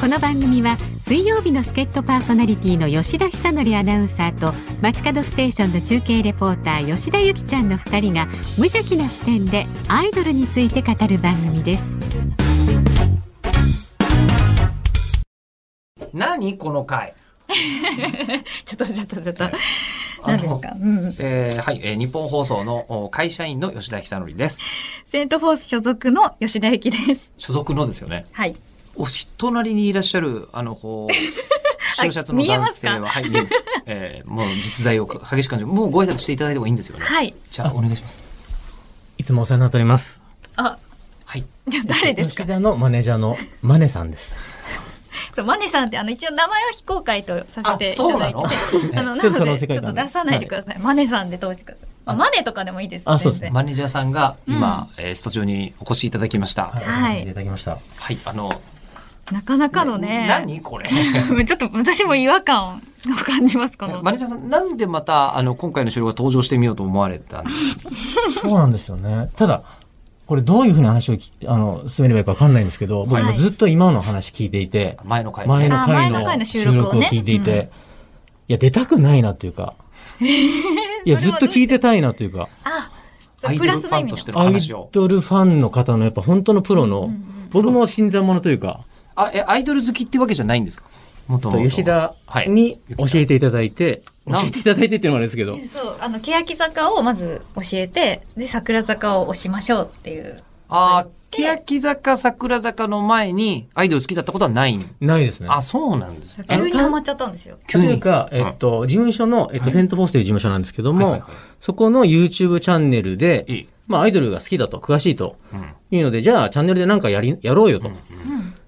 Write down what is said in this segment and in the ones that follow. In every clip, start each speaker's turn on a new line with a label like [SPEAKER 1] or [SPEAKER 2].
[SPEAKER 1] この番組は水曜日の助っ人パーソナリティの吉田久典アナウンサーと街角ステーションの中継レポーター吉田由紀ちゃんの2人が無邪気な視点でアイドルについて語る番組です
[SPEAKER 2] 何この回
[SPEAKER 3] ちょっとちょっとちょっと、
[SPEAKER 2] あ
[SPEAKER 3] 何
[SPEAKER 2] の
[SPEAKER 3] ですか、うん、
[SPEAKER 2] えーはい、えー日本放送のお会社員の吉田久典です。
[SPEAKER 3] セントフォース所属の吉田幸です。
[SPEAKER 2] 所属のですよね。
[SPEAKER 3] はい。
[SPEAKER 2] お隣にいらっしゃる、あの、こ う、白シャツの
[SPEAKER 3] 見え
[SPEAKER 2] 男
[SPEAKER 3] ます
[SPEAKER 2] 性
[SPEAKER 3] か
[SPEAKER 2] は、はい、見えます。えーもう実在を激しく感じる。もうご挨拶していただいてもいいんですよね。
[SPEAKER 3] はい。
[SPEAKER 2] じゃあ、お願いします。
[SPEAKER 4] いつもお世話になっております。
[SPEAKER 3] あ、
[SPEAKER 2] はい。
[SPEAKER 3] じゃあ誰です
[SPEAKER 4] 吉
[SPEAKER 3] か
[SPEAKER 4] 田のマネージャーのマネさんです。
[SPEAKER 3] そう、マネさんって、あの、一応名前は非公開とさせていた
[SPEAKER 2] そう
[SPEAKER 3] だ
[SPEAKER 2] ない
[SPEAKER 3] て
[SPEAKER 2] の。
[SPEAKER 3] あの、な
[SPEAKER 4] ちょっとそ
[SPEAKER 3] の
[SPEAKER 4] の
[SPEAKER 3] で、ちょっ
[SPEAKER 4] 世界
[SPEAKER 3] と
[SPEAKER 4] 観で
[SPEAKER 3] 出さないでください。マネさんで通してください。まあ、マネとかでもいいです。
[SPEAKER 4] あそうです
[SPEAKER 3] 全然
[SPEAKER 2] マネージャーさんが今、えースタジオにお越しいただきました。はい、
[SPEAKER 3] はい
[SPEAKER 4] お話しいただきました。
[SPEAKER 2] あの、
[SPEAKER 3] なかなかのね。
[SPEAKER 2] 何こ れ
[SPEAKER 3] ちょっと私も違和感を感じます、この。
[SPEAKER 2] マネージャーさん、なんでまた、あの、今回の収録が登場してみようと思われたんですか
[SPEAKER 4] そうなんですよね。ただ、これどういうふうな話をきあの進めればいいかわかんないんですけど、僕
[SPEAKER 3] はい
[SPEAKER 4] もずっと今の話聞いていて、
[SPEAKER 2] 前の回、
[SPEAKER 4] 前
[SPEAKER 2] ね、
[SPEAKER 4] の
[SPEAKER 3] あ前
[SPEAKER 4] 回
[SPEAKER 3] の回の
[SPEAKER 4] の
[SPEAKER 3] 収
[SPEAKER 4] 収
[SPEAKER 3] 録
[SPEAKER 4] 録
[SPEAKER 3] を
[SPEAKER 4] を
[SPEAKER 3] ね
[SPEAKER 4] 聞いていて、
[SPEAKER 3] うん
[SPEAKER 4] いや、出たくないなっていうか、いや、ずっと聞いてたいなというか、
[SPEAKER 3] あ、そ
[SPEAKER 2] ア
[SPEAKER 3] う
[SPEAKER 2] イ
[SPEAKER 3] プ
[SPEAKER 2] ド
[SPEAKER 3] ラ
[SPEAKER 2] ル
[SPEAKER 3] ス
[SPEAKER 2] フ
[SPEAKER 3] の
[SPEAKER 2] ァ
[SPEAKER 3] 意
[SPEAKER 2] ン
[SPEAKER 3] 味の
[SPEAKER 2] としての
[SPEAKER 4] アイ
[SPEAKER 2] 話を。
[SPEAKER 4] ドルファンの方のやっぱ本当のプロの、
[SPEAKER 3] うんうん
[SPEAKER 4] 僕も新参者というか、
[SPEAKER 2] あ、え、アイドル好きってわけじゃないんですか元々は
[SPEAKER 4] 吉田
[SPEAKER 2] はい
[SPEAKER 4] に教えていただいて、
[SPEAKER 2] なん
[SPEAKER 4] 教えていただいてっていうのもあれですけど、
[SPEAKER 3] そう、あの、欅坂をまず教えて、で、桜坂を押しましょうっていう。
[SPEAKER 2] あー、欅坂、桜坂の前にアイドル好きだったことはない。
[SPEAKER 4] ないですね。
[SPEAKER 2] あ、そうなんですね。
[SPEAKER 3] 急にハマっちゃったんですよ。
[SPEAKER 2] 急に
[SPEAKER 4] というか、
[SPEAKER 2] うん
[SPEAKER 4] えっと、事務所の、えっと、セントフォースという事務所なんですけども、
[SPEAKER 2] はいはいは
[SPEAKER 4] そこの YouTube チャンネルで、
[SPEAKER 2] いいい
[SPEAKER 4] まあ、アイドルが好きだと、詳しいと
[SPEAKER 2] うん
[SPEAKER 4] いうので、じゃあ、チャンネルでなんかやり、やろうよと、
[SPEAKER 3] うん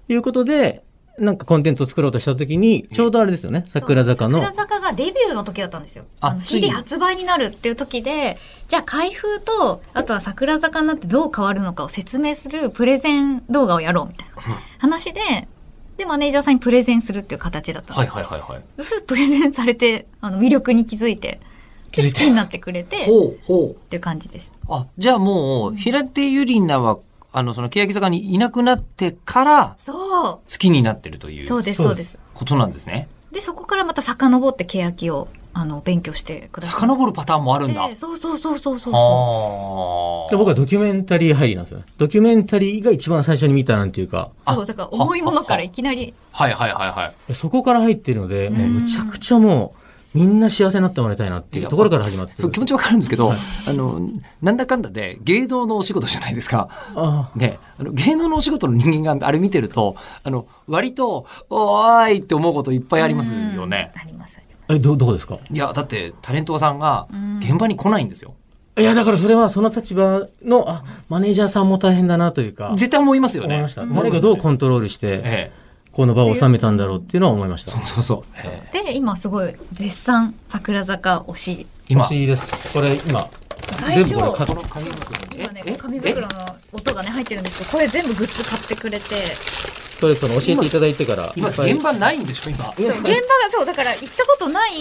[SPEAKER 4] いうことで、なんかコンテンツを作ろうとしたときに、ちょうどあれですよね、桜坂の
[SPEAKER 3] そう。桜坂がデビューの時だったんですよ。
[SPEAKER 2] あ
[SPEAKER 3] あの
[SPEAKER 2] ついに
[SPEAKER 3] CD 発売になるっていう時で、じゃあ開封と、あとは桜坂になってどう変わるのかを説明するプレゼン動画をやろうみたいな話で、で、マネージャーさんにプレゼンするっていう形だったん
[SPEAKER 2] は
[SPEAKER 3] で
[SPEAKER 2] いはいはいはい。
[SPEAKER 3] す。そうするとプレゼンされて、あの、魅力に気づいて、
[SPEAKER 4] 気づ
[SPEAKER 3] で、
[SPEAKER 4] い
[SPEAKER 3] 好
[SPEAKER 4] た
[SPEAKER 3] きになってくれて、っ
[SPEAKER 2] ほうほう。
[SPEAKER 3] ていう感じです。
[SPEAKER 2] あ、じゃあもう、平手ゆりなは、あの、その欅坂にいなくなってから、
[SPEAKER 3] そ
[SPEAKER 2] 好きになってるというう
[SPEAKER 3] そうです、そ
[SPEAKER 4] そうう
[SPEAKER 3] で。
[SPEAKER 4] です
[SPEAKER 2] ことなんですね。
[SPEAKER 3] で、そこからまた遡って欅を、あの、勉強してくださっ
[SPEAKER 2] 遡るパターンもあるんだ。
[SPEAKER 3] て。そうそうそうそうそうそ
[SPEAKER 2] あ
[SPEAKER 4] で僕はドキュメンタリー入りなんですよね。ドキュメンタリーが一番最初に見たなんていうか、
[SPEAKER 3] う。そう、だから重いものからいきなり
[SPEAKER 2] あ。はいはいはいはい。
[SPEAKER 4] そこから入ってるので、もう
[SPEAKER 3] うん
[SPEAKER 4] むちゃくちゃもう、みんな幸せになってもらいたいなっていうところから始まってる。
[SPEAKER 2] 気持ちわかるんですけど、あの、なんだかんだで芸能のお仕事じゃないですか。
[SPEAKER 4] あ
[SPEAKER 2] ね、あの芸能のお仕事の人間があれ見てるとあの割と「おーい!」って思うこといっぱいありますよね
[SPEAKER 3] う。んありますありま
[SPEAKER 4] あ。え、ど、どこですか
[SPEAKER 2] いやだってタレントさんが
[SPEAKER 3] ん
[SPEAKER 2] 現場に来ないんですよ。
[SPEAKER 4] いや、だからそれはその立場の、あ、マネージャーさんも大変だなというか、
[SPEAKER 2] 絶対思いますよね。
[SPEAKER 4] 思いました。
[SPEAKER 2] 思います
[SPEAKER 4] 誰
[SPEAKER 2] よね
[SPEAKER 4] がどうコントロールして、
[SPEAKER 2] ええ、
[SPEAKER 4] この場を収めたんだろうっていうのは思いました
[SPEAKER 2] そう。そうそう。ええ、
[SPEAKER 3] すで今すごい絶賛桜坂推し
[SPEAKER 2] 今
[SPEAKER 4] 欲しいです。これ今、
[SPEAKER 3] 最初
[SPEAKER 4] 全部これ買っ
[SPEAKER 2] この紙袋に
[SPEAKER 3] 今ね
[SPEAKER 2] ええ
[SPEAKER 3] 紙袋の音がね入ってるんですけどこれ全部グッズ買ってくれて
[SPEAKER 4] それその教えていただいてから、
[SPEAKER 2] 今
[SPEAKER 4] いっぱい
[SPEAKER 2] 現場ないんでしょ今。
[SPEAKER 3] そう現場がそうだから行ったことない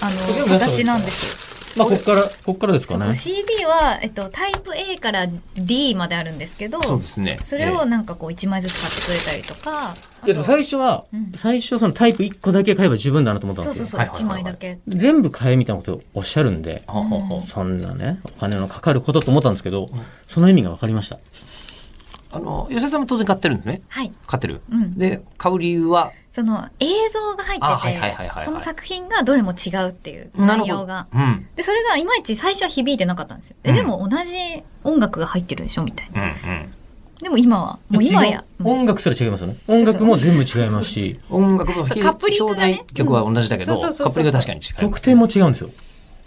[SPEAKER 3] あ
[SPEAKER 4] 全
[SPEAKER 3] の
[SPEAKER 4] 部出した
[SPEAKER 3] 形なんですよ
[SPEAKER 4] まあ、こっから、こっからですか
[SPEAKER 3] そ
[SPEAKER 4] ね
[SPEAKER 3] う。CD は、えっと、タイプ A から D まであるんですけど
[SPEAKER 2] そうですね。
[SPEAKER 3] それをなんかこう1枚ずつ買ってくれたりとか
[SPEAKER 4] いや、でも
[SPEAKER 3] あと
[SPEAKER 4] 最初は
[SPEAKER 3] うん、
[SPEAKER 4] 最初そのタイプ1個だけ買えば十分だなと思ったん
[SPEAKER 3] そう
[SPEAKER 4] です
[SPEAKER 3] そ
[SPEAKER 4] よ
[SPEAKER 3] う。そう
[SPEAKER 2] はいはいはいはい
[SPEAKER 3] 1枚だけ
[SPEAKER 4] 全部買えみたいなことをおっしゃるんで、
[SPEAKER 2] ほうほうほう
[SPEAKER 4] そんなね、お金のかかることと思ったんですけど、その意味が分かりました。
[SPEAKER 2] あの吉田さんも当然買ってるんですね。
[SPEAKER 3] はい
[SPEAKER 2] 買ってる。
[SPEAKER 3] うん
[SPEAKER 2] で買う理由は
[SPEAKER 3] その映像が入ってて、
[SPEAKER 2] あはいはいはいはいはい
[SPEAKER 3] その作品がどれも違うっていう
[SPEAKER 2] なる
[SPEAKER 3] 内
[SPEAKER 2] ほど
[SPEAKER 3] 容が。
[SPEAKER 2] うん
[SPEAKER 3] でそれがいまいち最初は響いてなかったんですよ。え
[SPEAKER 2] うん
[SPEAKER 3] でも同じ音楽が入ってるでしょみたいな。
[SPEAKER 2] うんうん。
[SPEAKER 3] でも今はもう今や、
[SPEAKER 4] 違う音楽すら違いますよね。音楽も全部違いますし、
[SPEAKER 2] 音楽の
[SPEAKER 3] そうカップリングがね
[SPEAKER 2] 表題曲は同じだけ
[SPEAKER 3] う
[SPEAKER 2] ど、
[SPEAKER 3] ん
[SPEAKER 2] カ
[SPEAKER 3] そうそうそうそ
[SPEAKER 2] ッ
[SPEAKER 3] う
[SPEAKER 2] プリ ングは確かに違いますね
[SPEAKER 4] 曲点も違うんですよ。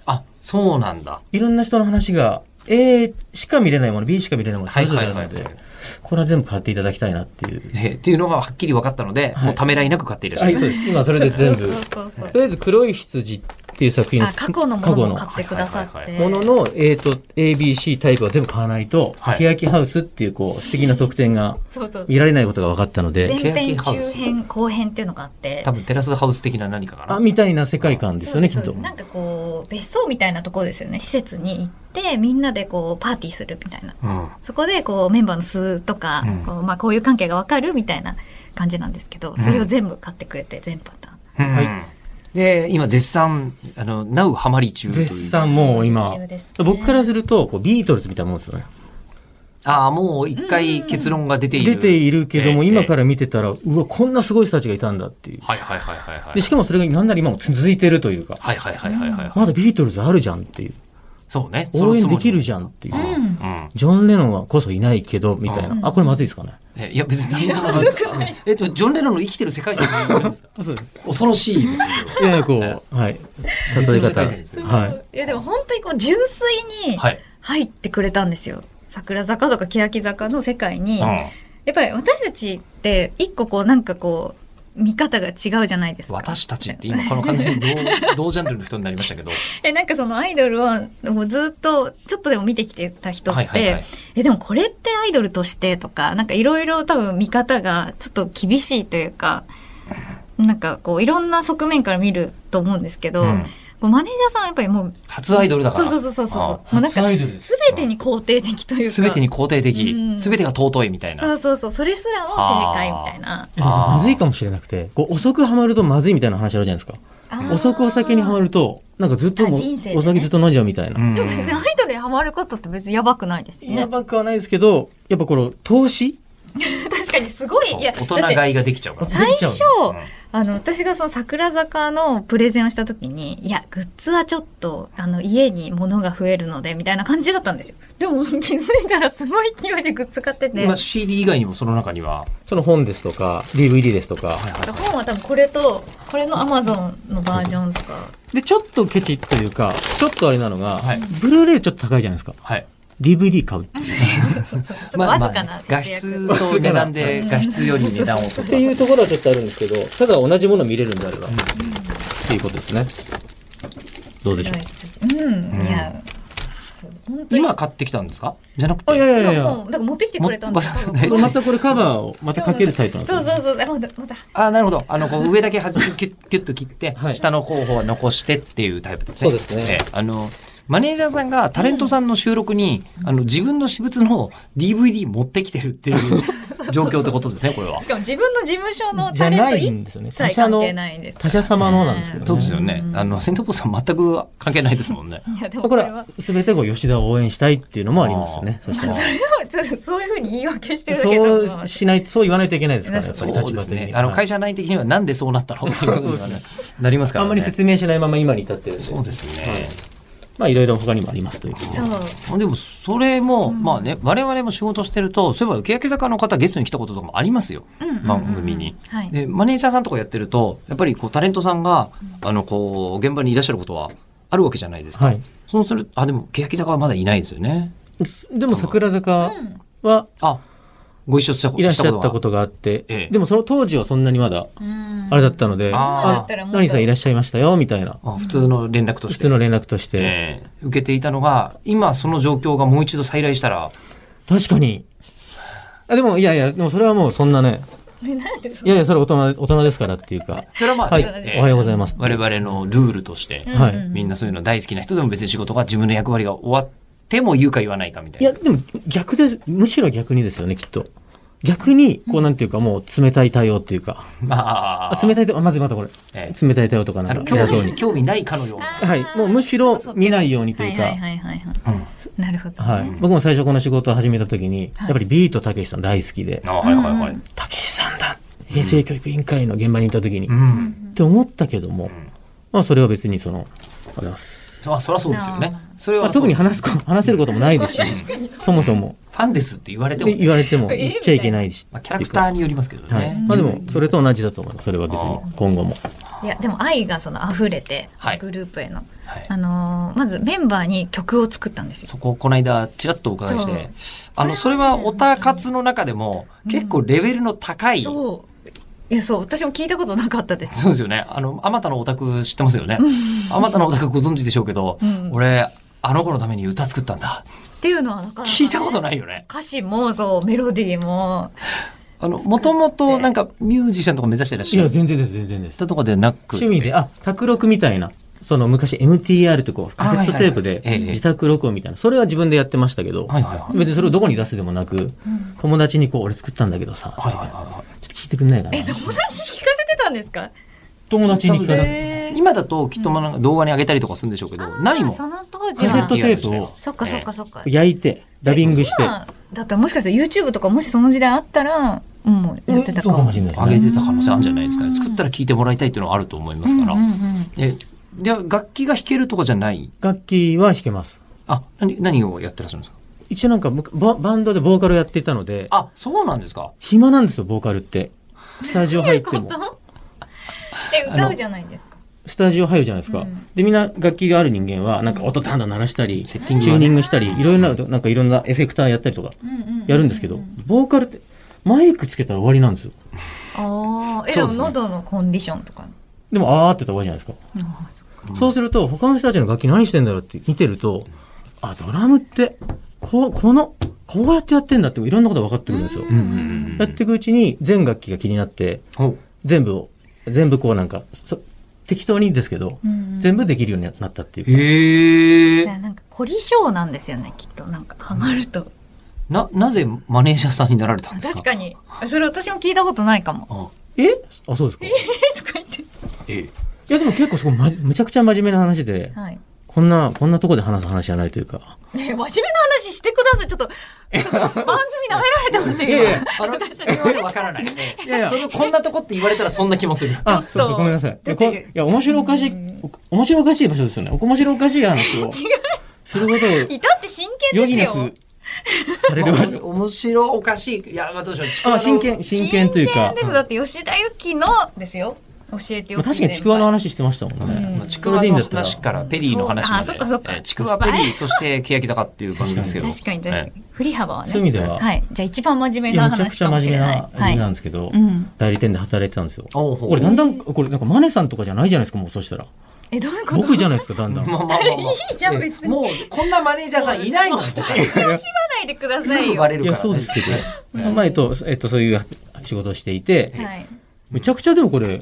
[SPEAKER 2] あ、そうなんだ。
[SPEAKER 4] いろんな人の話が、A しか見れないもの、B しか見れないもの、それぞれあるの
[SPEAKER 2] はいはいは
[SPEAKER 4] で
[SPEAKER 2] い、
[SPEAKER 4] これは全部買っていただきたいなっていう。
[SPEAKER 2] でっていうのがはっきり分かったので、
[SPEAKER 4] はい
[SPEAKER 2] もうためらいなく買っていらっしゃ
[SPEAKER 4] はい、
[SPEAKER 2] る。
[SPEAKER 4] そうです。今それで
[SPEAKER 3] うん
[SPEAKER 4] 全
[SPEAKER 3] そ
[SPEAKER 4] 部
[SPEAKER 3] う。そうそうそう
[SPEAKER 4] とりあえず黒い羊っていう作品
[SPEAKER 3] あ過去のものも買
[SPEAKER 4] 過
[SPEAKER 3] ってくださっ
[SPEAKER 2] はい
[SPEAKER 3] て。
[SPEAKER 2] はい
[SPEAKER 4] 去のものの、えっ、と、ABC タイプは全部買わないと、
[SPEAKER 2] はい
[SPEAKER 4] 欅ハウスっていう、こう、素敵な特典が
[SPEAKER 3] そうそう。
[SPEAKER 4] 見られないことが分かったので、
[SPEAKER 3] 前
[SPEAKER 2] ケ
[SPEAKER 3] 編、
[SPEAKER 2] ーキハウ
[SPEAKER 3] 中
[SPEAKER 2] ス
[SPEAKER 3] 編、後編っていうのがあって
[SPEAKER 2] 多。分テラスハウス的な何かかな
[SPEAKER 4] あ、みたいな世界観ですよね、き
[SPEAKER 3] そ
[SPEAKER 4] っ
[SPEAKER 3] うそ
[SPEAKER 4] と
[SPEAKER 3] う。なんかこう別荘みたいなところですよね施設に行ってみんなでこうパーティーするみたいな
[SPEAKER 2] うん
[SPEAKER 3] そこでこうメンバーの数とか、
[SPEAKER 2] うん
[SPEAKER 3] こうまあ、こういう関係がわかるみたいな感じなんですけどそれを全部買ってくれて全パターン。
[SPEAKER 2] はいで今絶賛あのナウハマり中という
[SPEAKER 4] 絶賛もう今
[SPEAKER 3] 中ですね、
[SPEAKER 4] 僕からすると、こう、ビートルズみたいなもんですよね。
[SPEAKER 2] ああもう一回結論が出ている
[SPEAKER 4] 出ているけども、
[SPEAKER 2] ええ
[SPEAKER 4] 今から見てたら、うわ、こんなすごい人たちがいたんだっていう。
[SPEAKER 2] はいはいはいはいはい
[SPEAKER 4] で、しかもそれが何なら今も続いてるというか、
[SPEAKER 2] はいはいはいはいはいはい
[SPEAKER 4] まだビートルズあるじゃんっていう、
[SPEAKER 2] そうね
[SPEAKER 4] 応援できるじ
[SPEAKER 2] ゃん
[SPEAKER 4] ゃんっていうう。
[SPEAKER 2] ん、うん
[SPEAKER 4] ジョン・レノンはこそいないけど、みたいな。あ、これまずいですかね。
[SPEAKER 2] えいや別に何もないえっとジョン・レノンの生きてる世界線じゃないですか
[SPEAKER 4] あ、そうです。
[SPEAKER 2] 恐ろしいですよ
[SPEAKER 4] いやいや、こう、 はい。
[SPEAKER 2] 別
[SPEAKER 4] 例え
[SPEAKER 2] の世
[SPEAKER 4] 方。
[SPEAKER 2] 界線ですよ
[SPEAKER 4] はい。
[SPEAKER 3] いやでも本当にこう純粋に
[SPEAKER 2] はい、
[SPEAKER 3] 入ってくれたんですよ。桜坂とか欅坂の世界に、
[SPEAKER 2] うん
[SPEAKER 3] やっぱり私たちって一個こうなんかこう見方が違うじゃないですか。
[SPEAKER 2] 私たちって今この完全に同同ジャンルの人になりました けど
[SPEAKER 3] えなんかそのアイドルをもうずっとちょっとでも見てきてた人って、
[SPEAKER 2] はいはいはい
[SPEAKER 3] えでもこれってアイドルとしてとかなんかいろいろ多分見方がちょっと厳しいというかなんかこういろんな側面から見ると思うんですけど、
[SPEAKER 2] うん
[SPEAKER 3] こうマネージャーさんはやっぱりもう
[SPEAKER 2] 初アイドルだから
[SPEAKER 3] そうそうそうそうそう
[SPEAKER 2] あ
[SPEAKER 3] もうなんか
[SPEAKER 4] 初アイドルです
[SPEAKER 3] 全てに肯定的というか
[SPEAKER 2] 全てに肯定的、
[SPEAKER 3] うん
[SPEAKER 2] 全てが尊いみたいな
[SPEAKER 3] そうそうそうそれすらも正解みたいな
[SPEAKER 4] でも
[SPEAKER 2] あー
[SPEAKER 4] まずいかもしれなくて、こう遅くハマるとまずいみたいな話あるじゃないですか。
[SPEAKER 3] あー
[SPEAKER 4] 遅くお酒にハマると、なんかずっとも
[SPEAKER 3] あ人生で
[SPEAKER 4] う
[SPEAKER 3] ね
[SPEAKER 4] お酒ずっと飲んじゃうみたいな。
[SPEAKER 2] ん
[SPEAKER 3] でも別にアイドルにハマることって別にやばくないですよね
[SPEAKER 4] やばくはないですけど、やっぱこの投資
[SPEAKER 3] 確かにすごいいや
[SPEAKER 2] 大人
[SPEAKER 3] だって
[SPEAKER 2] 買いができちゃうから、
[SPEAKER 4] で
[SPEAKER 3] 最
[SPEAKER 4] きち
[SPEAKER 3] 初
[SPEAKER 4] ゃう、
[SPEAKER 2] うん
[SPEAKER 3] あの私がその桜坂のプレゼンをした時にいやグッズはちょっとあの家に物が増えるのでみたいな感じだったんですよでも気づいたらすごい勢いでグッズ買ってて
[SPEAKER 2] まあ、CD 以外にもその中には
[SPEAKER 4] その本ですとか、DVD ですとか、
[SPEAKER 3] 本は多分これとこれのアマゾンのバージョンとか
[SPEAKER 4] で、ちょっとケチというか、ちょっとあれなのが、
[SPEAKER 2] はい
[SPEAKER 4] ブルーレイちょっと高いじゃないですか。
[SPEAKER 2] はい。
[SPEAKER 4] DVD 買うっていう
[SPEAKER 3] ちょっとわずかな
[SPEAKER 2] 画
[SPEAKER 3] 節約、
[SPEAKER 2] 質と値段で、画質より値段を取
[SPEAKER 4] っていうところはちょっとあるんですけど、ただ同じもの見れるんであれば、っていうことですね。どうでしょう
[SPEAKER 3] うんいや、本当に
[SPEAKER 2] 今買ってきたんですかじゃなくて。
[SPEAKER 4] あ、いやいやいやい
[SPEAKER 3] いやも
[SPEAKER 4] や。
[SPEAKER 3] うだから持ってきてくれたんです
[SPEAKER 2] も
[SPEAKER 4] これまたこれカバーをまたかけるタイプなんです
[SPEAKER 3] そ
[SPEAKER 4] よ
[SPEAKER 3] うそうそうあまたまた
[SPEAKER 2] あ、なるほど。あの、こう上だけ端キュッ、キ ュッと切って、
[SPEAKER 4] はい
[SPEAKER 2] 下の方法は残してっていうタイプですね。
[SPEAKER 4] そうですね
[SPEAKER 2] ええあの、マネージャーさんがタレントさんの収録に、あの、自分の私物の DVD 持ってきてるっていう状況ってことですね、これは
[SPEAKER 3] し。かも自分の事務所の
[SPEAKER 4] じ
[SPEAKER 3] タ
[SPEAKER 4] ゃ
[SPEAKER 3] レン
[SPEAKER 4] な
[SPEAKER 3] ト
[SPEAKER 4] い
[SPEAKER 3] 一
[SPEAKER 4] んですよね。他
[SPEAKER 3] 切
[SPEAKER 4] 社
[SPEAKER 3] 関
[SPEAKER 4] の、
[SPEAKER 3] 係ないんです
[SPEAKER 4] 他社様のなんですけどね。
[SPEAKER 2] そうですよね。あの、セントポーさん全く関係ないですもんね。
[SPEAKER 3] いやでも
[SPEAKER 4] こ
[SPEAKER 3] こ
[SPEAKER 4] れ
[SPEAKER 3] れは
[SPEAKER 4] は全てこう吉田を応援したいっていう のもありますよね。そしたら。
[SPEAKER 3] ちょっとそういうふうに言い訳してるだけだと
[SPEAKER 4] そうしない、そう言わないといけないですから、やっぱ
[SPEAKER 2] そ
[SPEAKER 4] り
[SPEAKER 2] う
[SPEAKER 4] 立
[SPEAKER 2] で
[SPEAKER 4] 場
[SPEAKER 2] す
[SPEAKER 4] 的に
[SPEAKER 2] ね。。あの、
[SPEAKER 4] はい
[SPEAKER 2] 会社内的にはなんでそうなったのっていうことには ねなりますから
[SPEAKER 4] あ
[SPEAKER 2] ね。
[SPEAKER 4] んまり説明しないまま今に至ってる んで
[SPEAKER 2] そうですね。
[SPEAKER 4] はいまあいろいろ他にもありますということで。
[SPEAKER 3] そう
[SPEAKER 2] でも、それも、まあね、我々も仕事してると、そういえば、欅坂の方ゲストに来たこととかもありますよ。
[SPEAKER 3] うんうんうんうん
[SPEAKER 2] 番組に、
[SPEAKER 3] はい
[SPEAKER 2] で、マネージャーさんとかやってると、やっぱりこう、タレントさんが、あの、こう、現場にいらっしゃることはあるわけじゃないですか。
[SPEAKER 4] はい
[SPEAKER 2] そうする、あ、でも、欅坂はまだいないですよね。
[SPEAKER 4] でも桜坂は
[SPEAKER 2] あ、ご一緒したこ
[SPEAKER 4] いらっしゃったこととがあって、
[SPEAKER 2] ええ
[SPEAKER 4] でもその当時はそんなにまだあれだったので、
[SPEAKER 2] あー
[SPEAKER 4] あの何々さんいらっしゃいましたよみたいな、
[SPEAKER 2] があ普通の連絡と
[SPEAKER 4] 普
[SPEAKER 2] して。
[SPEAKER 4] 通の連絡として、
[SPEAKER 2] ええ受けていたのが、今その状況がもう一度再来したら、
[SPEAKER 4] 確かに。あでも、いやいや、でもそれはもうそんなね、いやいや、それ大人、大人ですからっていうか、
[SPEAKER 2] それはまあ、
[SPEAKER 4] はい、
[SPEAKER 2] ええ
[SPEAKER 4] おはようございます。
[SPEAKER 2] 我々のルールとして、
[SPEAKER 4] はい
[SPEAKER 2] みんなそういうの大好きな人でも別に仕事が自分の役割が終わっても言うか言わないかみたい
[SPEAKER 4] い
[SPEAKER 2] な。
[SPEAKER 4] や、でも逆です、むしろ逆にですよね、きっと。逆に、こうなんていうか、もう冷たい対応っていうか、
[SPEAKER 2] ま
[SPEAKER 4] あ
[SPEAKER 2] あ、
[SPEAKER 4] 冷たい対応、まずまたこれ、
[SPEAKER 2] え
[SPEAKER 4] 冷たい対応とかな
[SPEAKER 2] あ
[SPEAKER 4] ん
[SPEAKER 2] の
[SPEAKER 4] か、
[SPEAKER 2] 興
[SPEAKER 4] 偉そう
[SPEAKER 2] 味
[SPEAKER 4] に。
[SPEAKER 2] 興味ないかのような。
[SPEAKER 4] はい、もうむしろ見ないようにと
[SPEAKER 3] はいいうは
[SPEAKER 4] か
[SPEAKER 3] い、はいはいはい、なるほど、
[SPEAKER 4] はい、僕も最初この仕事を始めた時に、
[SPEAKER 3] はい
[SPEAKER 4] やっぱりビートたけしさん大好きで
[SPEAKER 2] あ、はいはいはい。
[SPEAKER 4] たけしさんだ平成教育委員会の現場にいた時に、
[SPEAKER 2] う
[SPEAKER 4] っ
[SPEAKER 2] ん。
[SPEAKER 4] て思ったけども、
[SPEAKER 2] ん
[SPEAKER 4] まあそれは別にその、あります
[SPEAKER 2] まあ、そりゃそうですよね。それ
[SPEAKER 4] ま
[SPEAKER 2] は
[SPEAKER 4] あ、特に話すこ 話せることもないですし、そもそも。
[SPEAKER 2] ファンですって言われても
[SPEAKER 4] で、言われても言っちゃいけないし。
[SPEAKER 2] まあ、キャラクターによりますけどね。
[SPEAKER 4] はい。まあでも、それと同じだと思います。それは別に、今後も。
[SPEAKER 3] いやでも愛がその溢れて、
[SPEAKER 2] はい
[SPEAKER 3] グループへの、
[SPEAKER 2] はい
[SPEAKER 3] あのーまずメンバーに曲を作ったんですよ
[SPEAKER 2] そこをこの間ちらっとお伺いして、あの、それはオタ活の中でも結構レベルの高い
[SPEAKER 3] そういや、そう、私も聞いたことなかったです。
[SPEAKER 2] そうですよね。あの、あまたのオタク知ってますよね。あまたのオタクご存知でしょうけど、
[SPEAKER 3] うん
[SPEAKER 2] 俺、あの子のために歌作ったんだ。
[SPEAKER 3] っていうのはなかなかね、
[SPEAKER 2] 聞いたことないよね。
[SPEAKER 3] 歌詞もそう、メロディーも、
[SPEAKER 2] あの、もともとなんかミュージシャンとか目指してらっ
[SPEAKER 4] い
[SPEAKER 2] しゃ
[SPEAKER 4] や、
[SPEAKER 2] る
[SPEAKER 4] 全然です、全然です。
[SPEAKER 2] たとかでなく。
[SPEAKER 4] 趣味で、あ、卓録みたいな。その昔 MTR とかカセットテープ
[SPEAKER 2] はい
[SPEAKER 4] で
[SPEAKER 2] はいはいええ
[SPEAKER 4] 自宅録音みたいな。それは自分でやってましたけど、
[SPEAKER 2] はいはいはい。
[SPEAKER 4] 別にそれをどこに出すでもなく、友達にこう、俺作ったんだけどさ、
[SPEAKER 2] はいはいは
[SPEAKER 4] ちょっと聞いてくんないかな
[SPEAKER 3] え、。友達に聞かせてたんですか
[SPEAKER 4] 友達に聞かせて。
[SPEAKER 2] い
[SPEAKER 3] へ
[SPEAKER 2] 今だときっとまあなんか動画に上げたりとかするんでしょうけど、
[SPEAKER 3] ー
[SPEAKER 2] ないもん。
[SPEAKER 3] その当時
[SPEAKER 4] カ
[SPEAKER 3] は。
[SPEAKER 4] セットテープを
[SPEAKER 3] そっかそっかそっか。
[SPEAKER 4] 焼いて、ダビングして、
[SPEAKER 3] 今だったらもしかしたら YouTube とかもしその時代あったら、もうやってたか
[SPEAKER 4] そうかもしれないです
[SPEAKER 2] 上
[SPEAKER 4] ね
[SPEAKER 2] げ。てた可能性あるんじゃないですかね。作ったら聴いてもらいたいっていうのはあると思いますから。
[SPEAKER 3] うんうんうん
[SPEAKER 2] え、では楽器が弾けるとかじゃない
[SPEAKER 4] 楽器は弾けます。
[SPEAKER 2] あ、何、何をやってらっしゃるんですか
[SPEAKER 4] 一応なんかむかババンドでボーカルをやっていたので、
[SPEAKER 2] あ、そうなんですか
[SPEAKER 4] 暇なんですよ、ボーカルって。スタジオ入っても。
[SPEAKER 3] え、歌うじゃないですか。
[SPEAKER 4] スタジオ入るじゃないですか。
[SPEAKER 3] うん
[SPEAKER 4] で、みんな楽器がある人間は、なんか音だんだん鳴らしたり、
[SPEAKER 2] セッティング
[SPEAKER 4] チュー
[SPEAKER 2] が
[SPEAKER 4] ニ
[SPEAKER 2] ね
[SPEAKER 4] ングしたり、いろいろな、なんかいろんなエフェクターやったりとか、やるんですけど
[SPEAKER 3] ううう、
[SPEAKER 4] ボーカルって、マイクつけたら終わりなんですよ。
[SPEAKER 3] ああ、え、
[SPEAKER 2] そ
[SPEAKER 3] で
[SPEAKER 2] う
[SPEAKER 3] も
[SPEAKER 2] ですね
[SPEAKER 3] 喉のコンディションとか。
[SPEAKER 4] でも、あーって言ったら終わりじゃないですか。そうすると、他の人たちの楽器何してんだろうって見てると、あ、ドラムって、こう、この、こうやってやってんだって、いろんなことが分かってくるんですよ。
[SPEAKER 2] うんうんうんう
[SPEAKER 4] やっ
[SPEAKER 2] ん。
[SPEAKER 4] ていくうちに、全楽器が気になって、
[SPEAKER 2] ほう
[SPEAKER 4] 全部を、全部こうなんか、そ適当にですけど、全部できるようになったっていうか。
[SPEAKER 2] へ
[SPEAKER 3] だから
[SPEAKER 2] え。
[SPEAKER 3] なんか凝り性なんですよねきっとなんかハマると、
[SPEAKER 2] な、なぜマネージャーさんになられたんですか
[SPEAKER 3] 確かにそれ私も聞いたことないか も
[SPEAKER 2] あ、
[SPEAKER 4] えあ、そうですか。い
[SPEAKER 3] えとか言って
[SPEAKER 2] ええ。
[SPEAKER 4] や、でも結構そこ、まじ、むちゃくちゃ真面目な話で、
[SPEAKER 3] はい
[SPEAKER 4] こんな、こんなとこで話す話じゃないというか。
[SPEAKER 3] え真面目な話してくださいちょっとちょっと番組舐められてますよ
[SPEAKER 4] いやいや
[SPEAKER 2] あの、それはわからない。い
[SPEAKER 4] やい や
[SPEAKER 2] そのこんなとこって言われたらそんな気もする。
[SPEAKER 4] あ、そうか、ごめんなさい。いや、こいや面白おかしい、お面白おかしい場所ですよね。面白おかし い話をすることを、
[SPEAKER 3] いたって真剣
[SPEAKER 4] 余儀
[SPEAKER 3] で
[SPEAKER 4] な
[SPEAKER 3] すよ
[SPEAKER 4] くされる場所。
[SPEAKER 2] 面白おかしい。いや、まあどうしよう。ちくわの
[SPEAKER 4] あ、真剣、真剣という
[SPEAKER 3] 真
[SPEAKER 4] か
[SPEAKER 3] 剣で。すだって吉田由紀のですよ教えて
[SPEAKER 4] ま
[SPEAKER 3] よ
[SPEAKER 4] あ確かにちくわの話してましたもん
[SPEAKER 3] うん
[SPEAKER 4] ね。
[SPEAKER 2] まあちくわ
[SPEAKER 4] それでいいん
[SPEAKER 2] の
[SPEAKER 4] だったら
[SPEAKER 2] 話からペリーの話まで。
[SPEAKER 3] そうあそっかそっか
[SPEAKER 2] ええちくわペリー、そして欅坂っていう番組ですけど。
[SPEAKER 3] 確かに確かに
[SPEAKER 2] ええ
[SPEAKER 3] 振り幅はね
[SPEAKER 4] そういう意味では、
[SPEAKER 3] はいじゃあ一番真面目
[SPEAKER 4] いや、
[SPEAKER 3] な
[SPEAKER 4] めちゃく
[SPEAKER 3] 話
[SPEAKER 4] ちゃ
[SPEAKER 3] かもし
[SPEAKER 4] 真
[SPEAKER 3] れ
[SPEAKER 4] 面目
[SPEAKER 3] ない
[SPEAKER 4] な理由なん
[SPEAKER 3] い
[SPEAKER 4] ですけど
[SPEAKER 3] う、ん
[SPEAKER 4] 代理店で働いてたんですよ。
[SPEAKER 2] おうほう
[SPEAKER 4] これだんだん、これなんかマネさんとかじゃないじゃないですか、もうそしたら。
[SPEAKER 3] えどういうこと
[SPEAKER 4] 僕じゃないですか、だんだん。
[SPEAKER 2] まあまあまあまあ。
[SPEAKER 3] いいじゃん別に
[SPEAKER 2] もう、こんなマネージャーさんいないのとか。す
[SPEAKER 3] 楽しまないでください
[SPEAKER 2] ぐ
[SPEAKER 3] よ
[SPEAKER 2] バレる
[SPEAKER 4] い
[SPEAKER 2] から
[SPEAKER 4] や、
[SPEAKER 2] ね。
[SPEAKER 4] そうですけど。前と、えっと、そういう仕事をしていて、
[SPEAKER 3] はい
[SPEAKER 4] めちゃくちゃでもこれ、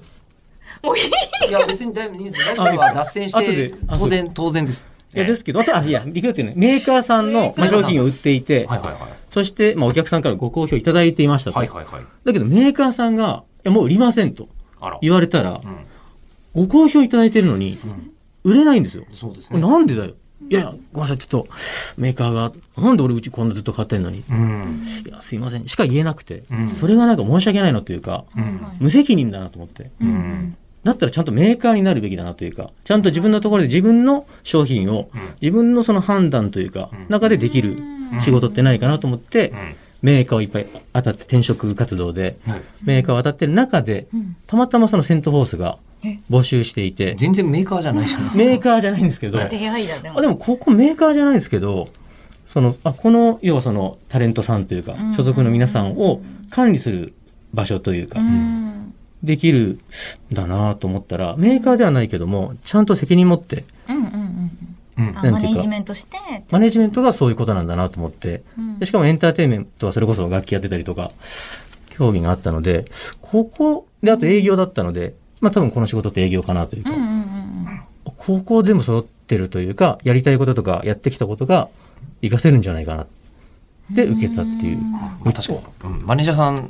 [SPEAKER 3] もういい
[SPEAKER 2] いや、別に大丈夫です。大丈夫は脱線し
[SPEAKER 4] 後
[SPEAKER 2] て
[SPEAKER 4] で、あ
[SPEAKER 2] 当然、当然です。
[SPEAKER 4] いやですけど、あと、あ、いや、びっくりってね、メーカーさんのま
[SPEAKER 2] メ
[SPEAKER 4] あ
[SPEAKER 2] ーカーさん
[SPEAKER 4] 商品を売ってい
[SPEAKER 2] ええ
[SPEAKER 4] て
[SPEAKER 2] は、いはいは
[SPEAKER 4] そして、まあ、お客さんからご好評いただいていましたと。
[SPEAKER 2] い。はいはいはい。
[SPEAKER 4] だけど、メーカーさんが、いや、もう売りませんと
[SPEAKER 2] あら。
[SPEAKER 4] 言われたら
[SPEAKER 2] う、ん。
[SPEAKER 4] ご好評いただいてるのに、売れないんですよ。
[SPEAKER 2] そうです
[SPEAKER 4] これ
[SPEAKER 2] ね。
[SPEAKER 4] なんでだよ。いやいや、ごめんなさい、ちょっと、メーカーが、なんで俺うちこんなずっと買ってんのに、
[SPEAKER 2] うん。
[SPEAKER 4] いや、すいません、しか言えなくて
[SPEAKER 2] うん、
[SPEAKER 4] それがなんか申し訳ないのというか、
[SPEAKER 2] うん。
[SPEAKER 4] 無責任だなと思って。
[SPEAKER 2] うん。
[SPEAKER 4] だったらちゃんとメーカーになるべきだなというか、ちゃんと自分のところで自分の商品を
[SPEAKER 2] うん、
[SPEAKER 4] 自分のその判断というか
[SPEAKER 2] うん、
[SPEAKER 4] 中でできる仕事ってないかなと思って
[SPEAKER 2] う、ん。
[SPEAKER 4] メーカーをいっぱい当たって転職活動で、
[SPEAKER 2] はい
[SPEAKER 4] メーカーを当たってる中で、たまたまそのセントフォースが
[SPEAKER 3] え
[SPEAKER 4] 募集していて、
[SPEAKER 2] 全然メーカーじゃないじゃないですか。
[SPEAKER 4] メーカーじゃないんですけど、あ、
[SPEAKER 3] 出会いだでも
[SPEAKER 4] でもここメーカーじゃないんですけど、その、あ、この、要はそのタレントさんというか
[SPEAKER 3] うん、
[SPEAKER 4] 所属の皆さんを管理する場所というか
[SPEAKER 3] う、ん
[SPEAKER 4] できるんだなと思ったら、メーカーではないけども、ちゃんと責任持って、
[SPEAKER 3] うんうんうん
[SPEAKER 2] うん
[SPEAKER 3] あ
[SPEAKER 4] なんてい
[SPEAKER 3] マ
[SPEAKER 4] うか
[SPEAKER 3] ネジメントして
[SPEAKER 4] マネジメントがそういうことなんだなと思って、
[SPEAKER 3] うん
[SPEAKER 4] でしかもエンターテインメントはそれこそ楽器やってたりとか、興味があったので、ここ、で、あと営業だったので、まあ多分この仕事って営業かなという
[SPEAKER 3] う
[SPEAKER 4] か、
[SPEAKER 3] んうんうん
[SPEAKER 4] ここ全部揃ってるというか、やりたいこととかやってきたことが活かせるんじゃないかな。で、受けたっていう。
[SPEAKER 2] まあ確かに、うんマネージャーさん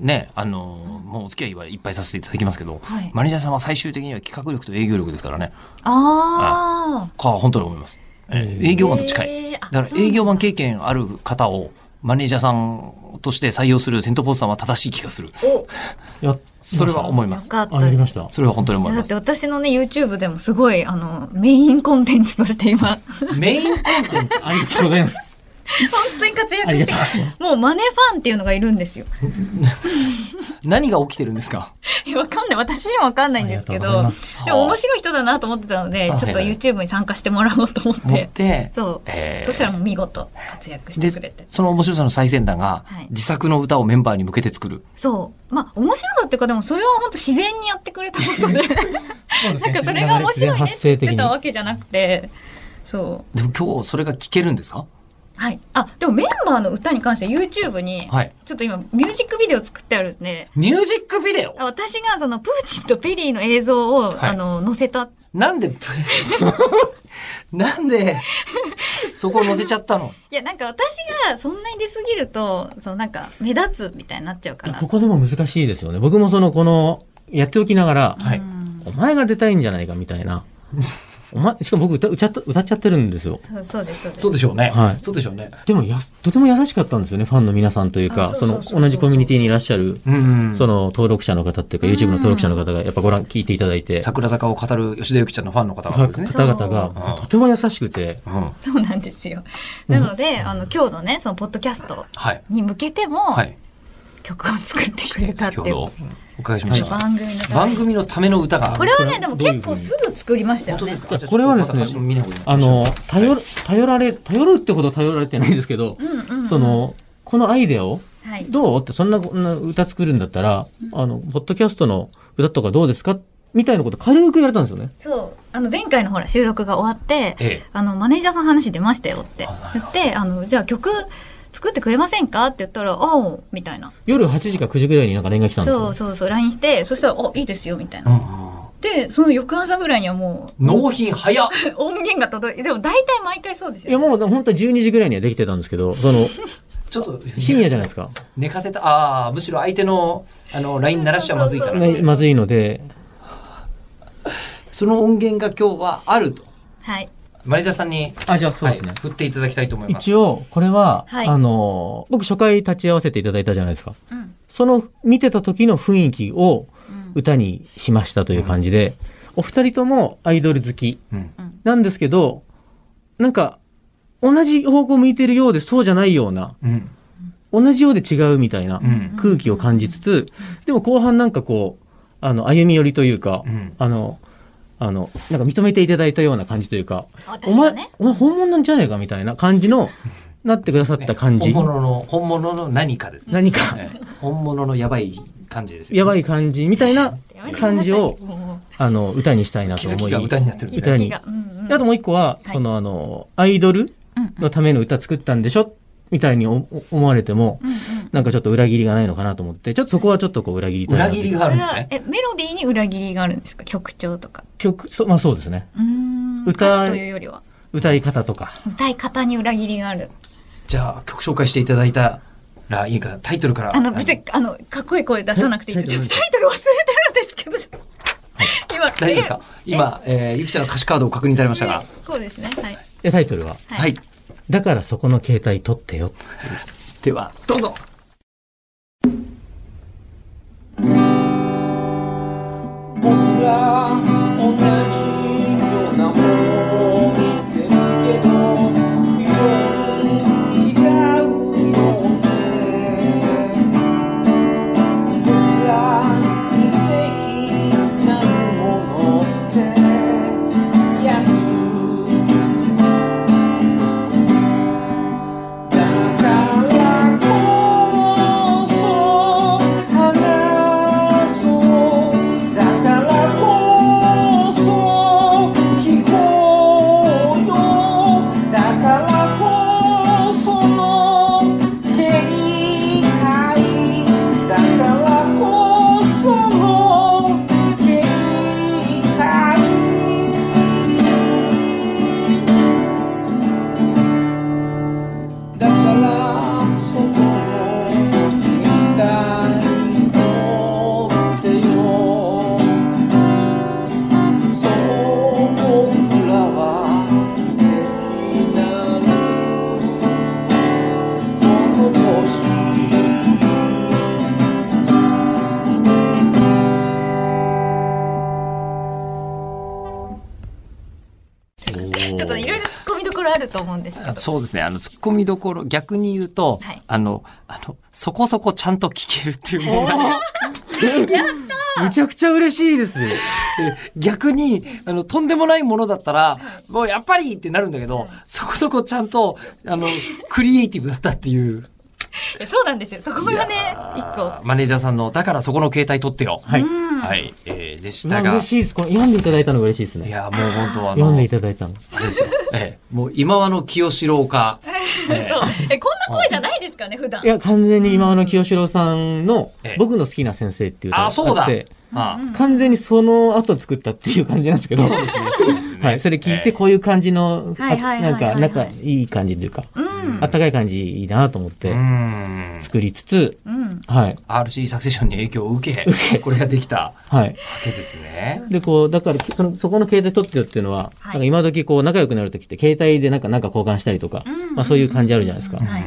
[SPEAKER 2] ねあのーもうお付き合いはいっぱいさせていただきますけど、
[SPEAKER 3] はい
[SPEAKER 2] マネージャーさんは最終的には企画力と営業力ですからね
[SPEAKER 3] ああ
[SPEAKER 2] か本当に思います、えー
[SPEAKER 4] うん
[SPEAKER 2] 営業マンと近い、
[SPEAKER 3] へーあ
[SPEAKER 2] だから営業マン経験ある方をマネージャーさんとして採用するセントポーズさんは正しい気がする
[SPEAKER 3] お
[SPEAKER 4] やっ
[SPEAKER 2] それは思いま
[SPEAKER 3] よ
[SPEAKER 2] す
[SPEAKER 3] かった
[SPEAKER 4] あ、やりましたた。
[SPEAKER 2] それは本当に思い
[SPEAKER 3] だ
[SPEAKER 2] ま
[SPEAKER 3] って
[SPEAKER 2] す
[SPEAKER 3] 私のね YouTube でも すごいあのメインコンテンツとして今
[SPEAKER 2] メインコンテンツ
[SPEAKER 4] ありがとうございます。
[SPEAKER 3] 本当に活
[SPEAKER 4] あ
[SPEAKER 3] 躍
[SPEAKER 4] り
[SPEAKER 3] し
[SPEAKER 4] がと
[SPEAKER 3] て
[SPEAKER 4] うございます。
[SPEAKER 3] もうマネファンっていうのがいるんですよ。
[SPEAKER 2] 何が起きてるんですか
[SPEAKER 3] いやわかんない。私にもわかんないんですけ
[SPEAKER 4] ありがとう
[SPEAKER 3] ど
[SPEAKER 4] ございま、す
[SPEAKER 3] でも面白い人だなと思ってたので
[SPEAKER 2] は、い
[SPEAKER 3] ちょっと YouTube に参加してもらおうと思っ。
[SPEAKER 2] 持ってて、
[SPEAKER 3] そう
[SPEAKER 2] え。ー
[SPEAKER 3] そしたらもう見事活躍して
[SPEAKER 2] で
[SPEAKER 3] くれて。
[SPEAKER 2] その面白さの最先端が
[SPEAKER 3] はい
[SPEAKER 2] 自作の歌をメンバーに向けて作る。
[SPEAKER 3] そう。まあ、面白さっていうか、でもそれは本当自然にやってくれたことで、 なんかそれが面白いねって言ってたわけじゃなくて、そう。
[SPEAKER 2] でも今日それが聞けるんですか
[SPEAKER 3] はい。あ、でもメンバーの歌に関して YouTube に、
[SPEAKER 2] はい
[SPEAKER 3] ちょっと今ミュージックビデオ作ってあるんで、
[SPEAKER 2] ミュージックビデオ
[SPEAKER 3] あ私がそのプーチンとペリーの映像を、
[SPEAKER 2] はい
[SPEAKER 3] あの、載せた。
[SPEAKER 2] なんで、 なんで、そこを載せちゃったの
[SPEAKER 3] いや、なんか私がそんなに出すぎると、そのなんか目立つみたいになっちゃうかな
[SPEAKER 4] こ。こでも難しいですよね。僕もその、この、やっておきながら、
[SPEAKER 2] はい。
[SPEAKER 4] お前が出たいんじゃないかみたいな。お前、しかも僕歌歌っちゃ歌っちゃってるんですよ。
[SPEAKER 3] そうそうです、そうです。
[SPEAKER 2] そうでしょうね。
[SPEAKER 4] はい
[SPEAKER 2] そうでしょうね。
[SPEAKER 4] でもやす、とても優しかったんですよね、ファンの皆さんという
[SPEAKER 3] あ
[SPEAKER 4] か、
[SPEAKER 3] そうそうそ
[SPEAKER 4] その
[SPEAKER 3] うそう
[SPEAKER 4] 同じコミュニティにいらっしゃる、
[SPEAKER 2] うん。
[SPEAKER 4] その登録者の方っていうか、
[SPEAKER 3] うん
[SPEAKER 4] YouTube の登録者の方がやっぱご覧、聞いていただいて、
[SPEAKER 2] 桜坂を語る吉田ゆきちゃんのファンの方々ですね。
[SPEAKER 4] 方々
[SPEAKER 2] そ
[SPEAKER 4] が
[SPEAKER 2] う
[SPEAKER 4] とても優しくて、
[SPEAKER 2] うん。
[SPEAKER 3] そうなんですよ。なので、あの、今日のね、そのポッドキャスト
[SPEAKER 2] はい。
[SPEAKER 3] に向けても、
[SPEAKER 2] はい。
[SPEAKER 3] 曲を作ってくれたっ
[SPEAKER 2] 先
[SPEAKER 3] てい
[SPEAKER 2] ほ
[SPEAKER 3] う。
[SPEAKER 2] どお伺いしました。
[SPEAKER 3] 番組のため
[SPEAKER 2] 番
[SPEAKER 3] に
[SPEAKER 2] 組のための歌が。
[SPEAKER 3] これはね、で
[SPEAKER 4] ど
[SPEAKER 3] も
[SPEAKER 4] ういう
[SPEAKER 3] 結構すぐ作りましたよ
[SPEAKER 2] 本当
[SPEAKER 3] ね
[SPEAKER 2] です。かじゃあ
[SPEAKER 4] これはですね
[SPEAKER 2] ちょっと私も見ない方がいい
[SPEAKER 4] あの、頼る、頼られ、頼るってほど頼られてないですけど
[SPEAKER 3] う、んうんうん
[SPEAKER 4] そ、の、このアイデアを、
[SPEAKER 3] はい。
[SPEAKER 4] どうって、そんなこんな歌作るんだったら、あの、ポッドキャストの歌とかどうですかみたいなこと軽く言われたんですよね。
[SPEAKER 3] そう。あの、前回のほら、収録が終わって、
[SPEAKER 2] え
[SPEAKER 3] あの、マネージャーさん話出ましたよって言って、あの、じゃあ曲作ってくれませんかって言ったら、おうみたいな。
[SPEAKER 4] 夜8時か9時ぐらいになんか連絡来たんです
[SPEAKER 3] そ
[SPEAKER 4] よ
[SPEAKER 3] う。そうそう、LINE して、そしたら、おいいですよ、みたい
[SPEAKER 2] え。う
[SPEAKER 3] な。
[SPEAKER 2] んうん
[SPEAKER 3] で、その翌朝ぐらいにはもう、
[SPEAKER 2] 納品早っ
[SPEAKER 3] 音源が届いて、でも大体毎回そうです
[SPEAKER 4] い
[SPEAKER 3] よ
[SPEAKER 4] や、
[SPEAKER 3] ね。
[SPEAKER 4] もう本当は12時ぐらいにはできてたんですけど、 その、
[SPEAKER 2] ちょっと
[SPEAKER 4] 深夜じゃないです か。
[SPEAKER 2] 寝かせた、ああ、むしろ相手の、あの、LINE 鳴らしちゃまずいから。
[SPEAKER 4] ねまずいので、
[SPEAKER 2] その音源が今日はあると。
[SPEAKER 3] はい。
[SPEAKER 2] マネージャーさんに、
[SPEAKER 4] あ、じゃあそう
[SPEAKER 2] は
[SPEAKER 4] で
[SPEAKER 2] い
[SPEAKER 4] すね。、
[SPEAKER 2] 振っていただきたいと思います。
[SPEAKER 4] 一応、これは、
[SPEAKER 3] はい
[SPEAKER 4] あの、僕初回立ち会わせていただいたじゃないですか。
[SPEAKER 3] うん。
[SPEAKER 4] その見てた時の雰囲気を
[SPEAKER 3] うん
[SPEAKER 4] 歌にしましたという感じで、お二人ともアイドル好き
[SPEAKER 2] うん。
[SPEAKER 4] なんですけど、なんか、同じ方向向いてるようでそうじゃないような、
[SPEAKER 2] うん。
[SPEAKER 4] 同じようで違うみたいな
[SPEAKER 2] うん。
[SPEAKER 4] 空気を感じつつ、でも後半なんかこう、あの、歩み寄りというか
[SPEAKER 2] う、ん。
[SPEAKER 4] あの、あの、なんか認めていただいたような感じというか、お
[SPEAKER 3] 私は
[SPEAKER 4] 前
[SPEAKER 3] ね、、
[SPEAKER 4] お前本物なんじゃねえかみたいな感 じの、なってくださった感じ。
[SPEAKER 2] 本物の、本物の何かですね。
[SPEAKER 4] 何か、
[SPEAKER 2] ええ本物のやばい感じですよ、
[SPEAKER 4] やばい感じみたいな
[SPEAKER 3] やめてください
[SPEAKER 4] 感じを、
[SPEAKER 3] も
[SPEAKER 4] あの、歌にしたいな
[SPEAKER 2] 気
[SPEAKER 4] と
[SPEAKER 2] づ
[SPEAKER 4] 思
[SPEAKER 2] き
[SPEAKER 4] い。
[SPEAKER 2] が歌になってる
[SPEAKER 3] う気
[SPEAKER 2] み
[SPEAKER 4] い
[SPEAKER 2] たい
[SPEAKER 4] 歌
[SPEAKER 3] づ
[SPEAKER 4] に
[SPEAKER 3] きが。うんうん
[SPEAKER 4] あともう一個は、
[SPEAKER 3] はい
[SPEAKER 4] そのあの、アイドル
[SPEAKER 3] うんうん
[SPEAKER 4] のための歌作ったんでしょみたいにおお思われても、
[SPEAKER 3] うんうん
[SPEAKER 4] なんかちょっと裏切りがないのかなと思って、ちょっとそこはちょっとこう裏切りたいな
[SPEAKER 2] 裏
[SPEAKER 4] と
[SPEAKER 2] 切りがあ
[SPEAKER 3] そ
[SPEAKER 2] るん
[SPEAKER 3] れ
[SPEAKER 2] です
[SPEAKER 3] は
[SPEAKER 2] ね。
[SPEAKER 3] えメロディーに裏切りがあるんですか曲調とか
[SPEAKER 4] 曲、そまあそうですね。
[SPEAKER 3] うーん
[SPEAKER 4] 歌
[SPEAKER 3] 歌詞というよりは
[SPEAKER 4] 歌い方とか。
[SPEAKER 3] 歌い方に裏切りがある
[SPEAKER 2] じゃあ曲紹介していただいたらいいかなタイトルから。
[SPEAKER 3] あの別にあのかっこいい声出さなくていいんで
[SPEAKER 4] え
[SPEAKER 3] ちょっとタイトル忘れてるんですけど今
[SPEAKER 2] 大丈夫ですか今、えー、ゆきちゃんの歌詞カードを確認されましたが
[SPEAKER 3] ね。そうですねはい
[SPEAKER 4] で、タイトルは、
[SPEAKER 3] はい
[SPEAKER 2] はい。
[SPEAKER 4] だからそこの携帯取ってよ。
[SPEAKER 2] では、どうぞ
[SPEAKER 5] 僕ら同じようなものを見てるけど色に違うよね僕ら似て非なるものってやつだからこ
[SPEAKER 3] ると思うんですけど。
[SPEAKER 2] そうですね。あの、突っ込みどころ、逆に言うと、
[SPEAKER 3] はい
[SPEAKER 2] あの、あの、そこそこちゃんと聞けるっていう問題
[SPEAKER 4] むちゃくちゃ嬉しいです。
[SPEAKER 2] 逆に、あの、とんでもないものだったら、もうやっぱりってなるんだけど、そこそこちゃんと、あの、クリエイティブだったっていう、
[SPEAKER 3] いやそうなんですよ。そこがね、一個。
[SPEAKER 2] マネージャーさんの、だからそこの携帯取ってよ。はい
[SPEAKER 3] うん
[SPEAKER 2] はい、えーでし
[SPEAKER 4] うわ
[SPEAKER 2] たが
[SPEAKER 4] 嬉、しいです。この読んでいただいたのが嬉しいで
[SPEAKER 2] い
[SPEAKER 4] すね。
[SPEAKER 2] や、もう本当あ
[SPEAKER 4] 読ん
[SPEAKER 2] の
[SPEAKER 4] でい、ただいたの。
[SPEAKER 2] あれですよ。ええもう今はの清志郎か、え
[SPEAKER 3] そう。え、こんな声じゃないですかね、普段
[SPEAKER 4] い。や、完全に今の清志郎さんの
[SPEAKER 2] ええ、
[SPEAKER 4] 僕の好きな先生っていう歌が
[SPEAKER 2] あ、そうだ
[SPEAKER 4] あって
[SPEAKER 2] あ
[SPEAKER 4] 完全にその後作ったっていう感じなんですけど。
[SPEAKER 2] そうですね、そうですね。
[SPEAKER 4] はい、それ聞い
[SPEAKER 2] え
[SPEAKER 4] て、
[SPEAKER 2] え
[SPEAKER 4] こういう感じの、あ
[SPEAKER 3] はいはいはい
[SPEAKER 4] なん
[SPEAKER 3] はい
[SPEAKER 4] か、
[SPEAKER 3] はい
[SPEAKER 4] 仲いい感じというか、
[SPEAKER 3] うん。
[SPEAKER 4] あったかい感じいいなと思っ
[SPEAKER 2] う
[SPEAKER 4] て
[SPEAKER 2] ん。
[SPEAKER 4] 作りつつ、
[SPEAKER 3] うん。
[SPEAKER 4] はい、
[SPEAKER 2] RC サクセションに影響を受け、これができたわ
[SPEAKER 4] はい。
[SPEAKER 2] けですね。
[SPEAKER 4] で、こう、だから、その、そこの携帯取ってよっていうのは、
[SPEAKER 3] はい
[SPEAKER 4] なんか今時こう、仲良くなる時って、携帯でなんか、なんか交換したりとか
[SPEAKER 3] うんうん、
[SPEAKER 4] まあそういう感じあるじゃないですか。
[SPEAKER 3] はい。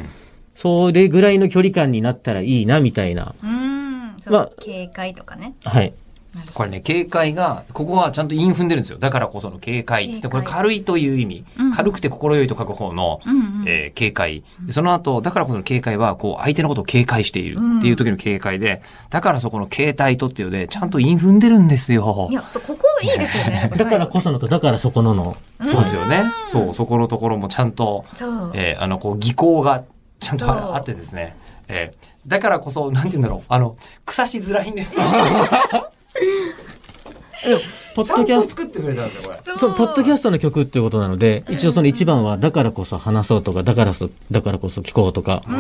[SPEAKER 4] それぐらいの距離感になったらいいな、みたいな。
[SPEAKER 3] うん。そ
[SPEAKER 4] ま
[SPEAKER 3] う
[SPEAKER 4] あ。
[SPEAKER 3] 警戒とかね。
[SPEAKER 4] はい。
[SPEAKER 2] これね、警戒が、ここはちゃんと韻踏んでるんですよ。だからこその警戒って言って、こ
[SPEAKER 3] 警戒
[SPEAKER 2] れ軽いという意味
[SPEAKER 3] うん。
[SPEAKER 2] 軽くて心よいと書く方の、
[SPEAKER 3] うんうん。
[SPEAKER 2] えー警戒。でその後、だからこその警戒は、こう、相手のことを警戒しているっていう時の警戒で、だからそこの携帯とっていうので、ちゃんと韻踏んでるんですよ
[SPEAKER 3] い。や、そう、ここいいですよ ね。
[SPEAKER 4] だからこそのと、だからそこのの。
[SPEAKER 2] そうですよね。そう、そこのところもちゃんと、
[SPEAKER 3] そう。
[SPEAKER 2] えーあの、こう、技巧がちゃんと
[SPEAKER 3] そう
[SPEAKER 2] ああってですね。えーだからこそ、なんて言うんだろう。あの、草しづらいん ですよ。
[SPEAKER 4] ポ
[SPEAKER 2] ち
[SPEAKER 4] ッ
[SPEAKER 2] ゃ
[SPEAKER 4] ド
[SPEAKER 2] ん
[SPEAKER 4] キャ
[SPEAKER 2] と
[SPEAKER 4] スト、
[SPEAKER 2] 作ってくれたんですよ、これ。
[SPEAKER 4] そう、ポッドキャ
[SPEAKER 3] ス
[SPEAKER 4] ストの曲っていうことなので、一応その一番は、だからこそ話そうとか、だからそ、だからこそ聞こうとか、
[SPEAKER 3] ト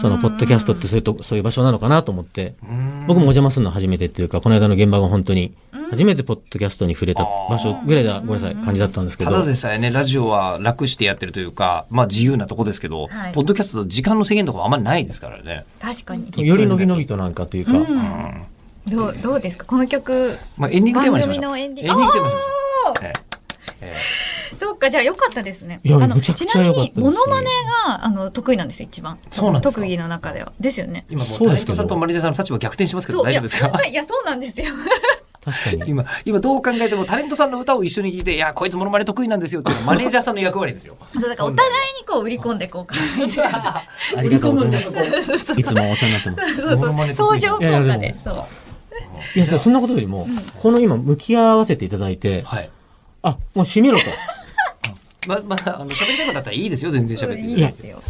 [SPEAKER 4] そのポッドキャストってそういうと、そういう場所なのかなと思って、
[SPEAKER 2] うん
[SPEAKER 4] 僕もお邪魔するの初めてっていうか、この間の現場が本当に、初めてポッドキャストに触れた場所ぐらいだ、ごめんなさい、感じだったんですけ
[SPEAKER 2] た
[SPEAKER 4] ど。
[SPEAKER 2] だでさえね、ラジオは楽してやってるというか、まあ自由なとこですけど、
[SPEAKER 3] はい
[SPEAKER 2] ポッドキャスト時間の制限とかもあんまりないですからね。
[SPEAKER 3] 確かに。
[SPEAKER 4] より伸び伸びとなんかというか、
[SPEAKER 3] うん。どう、どうですかこの曲。
[SPEAKER 2] まあエンディングテーマにしましょう。
[SPEAKER 3] 番組のエンディン
[SPEAKER 2] エ
[SPEAKER 3] グ
[SPEAKER 2] ンディングテーマにしましょう。えええ
[SPEAKER 3] そうか、じゃあ良かったですね。
[SPEAKER 4] いや
[SPEAKER 3] あの
[SPEAKER 4] めちゃくちゃ良かったで
[SPEAKER 3] ち
[SPEAKER 4] す
[SPEAKER 3] なみに、モノマネが、あの、得意なんですよ、一番。
[SPEAKER 2] そうなんですか
[SPEAKER 3] 特技の中では。ですよね
[SPEAKER 2] え。今もう
[SPEAKER 4] そう
[SPEAKER 2] タレ
[SPEAKER 4] で
[SPEAKER 2] ン
[SPEAKER 4] すけど
[SPEAKER 2] トさんとマネージャーさんの立場逆転しますけど大丈夫ですか
[SPEAKER 3] いや、いや、そうなんですよ。
[SPEAKER 4] 確か に。
[SPEAKER 2] 今、今どう考えてもタレントさんの歌を一緒に聴いて、いや、こいつモノマネ得意なんですよっていうのはマネージャーさんの役割ですよ。
[SPEAKER 3] そうだからお互いにこう売り込んでこうか。
[SPEAKER 4] ありがとうございます。いつもお世話になってます。
[SPEAKER 3] そう
[SPEAKER 2] モノ
[SPEAKER 3] そう
[SPEAKER 2] マネ得
[SPEAKER 3] 相
[SPEAKER 2] 意な
[SPEAKER 3] 乗
[SPEAKER 2] の
[SPEAKER 3] 効果
[SPEAKER 4] いやいやで
[SPEAKER 3] で。
[SPEAKER 4] も
[SPEAKER 3] そう。
[SPEAKER 4] いや、そんなことよりも、この今、向き合わせていただいて、
[SPEAKER 2] はい。
[SPEAKER 4] あ、もう閉めろと。
[SPEAKER 2] ま、まあ、あの、喋りたいことだったらいいですよ、全然喋ってい
[SPEAKER 3] い
[SPEAKER 2] た
[SPEAKER 3] い
[SPEAKER 2] だいて。
[SPEAKER 3] ですよ。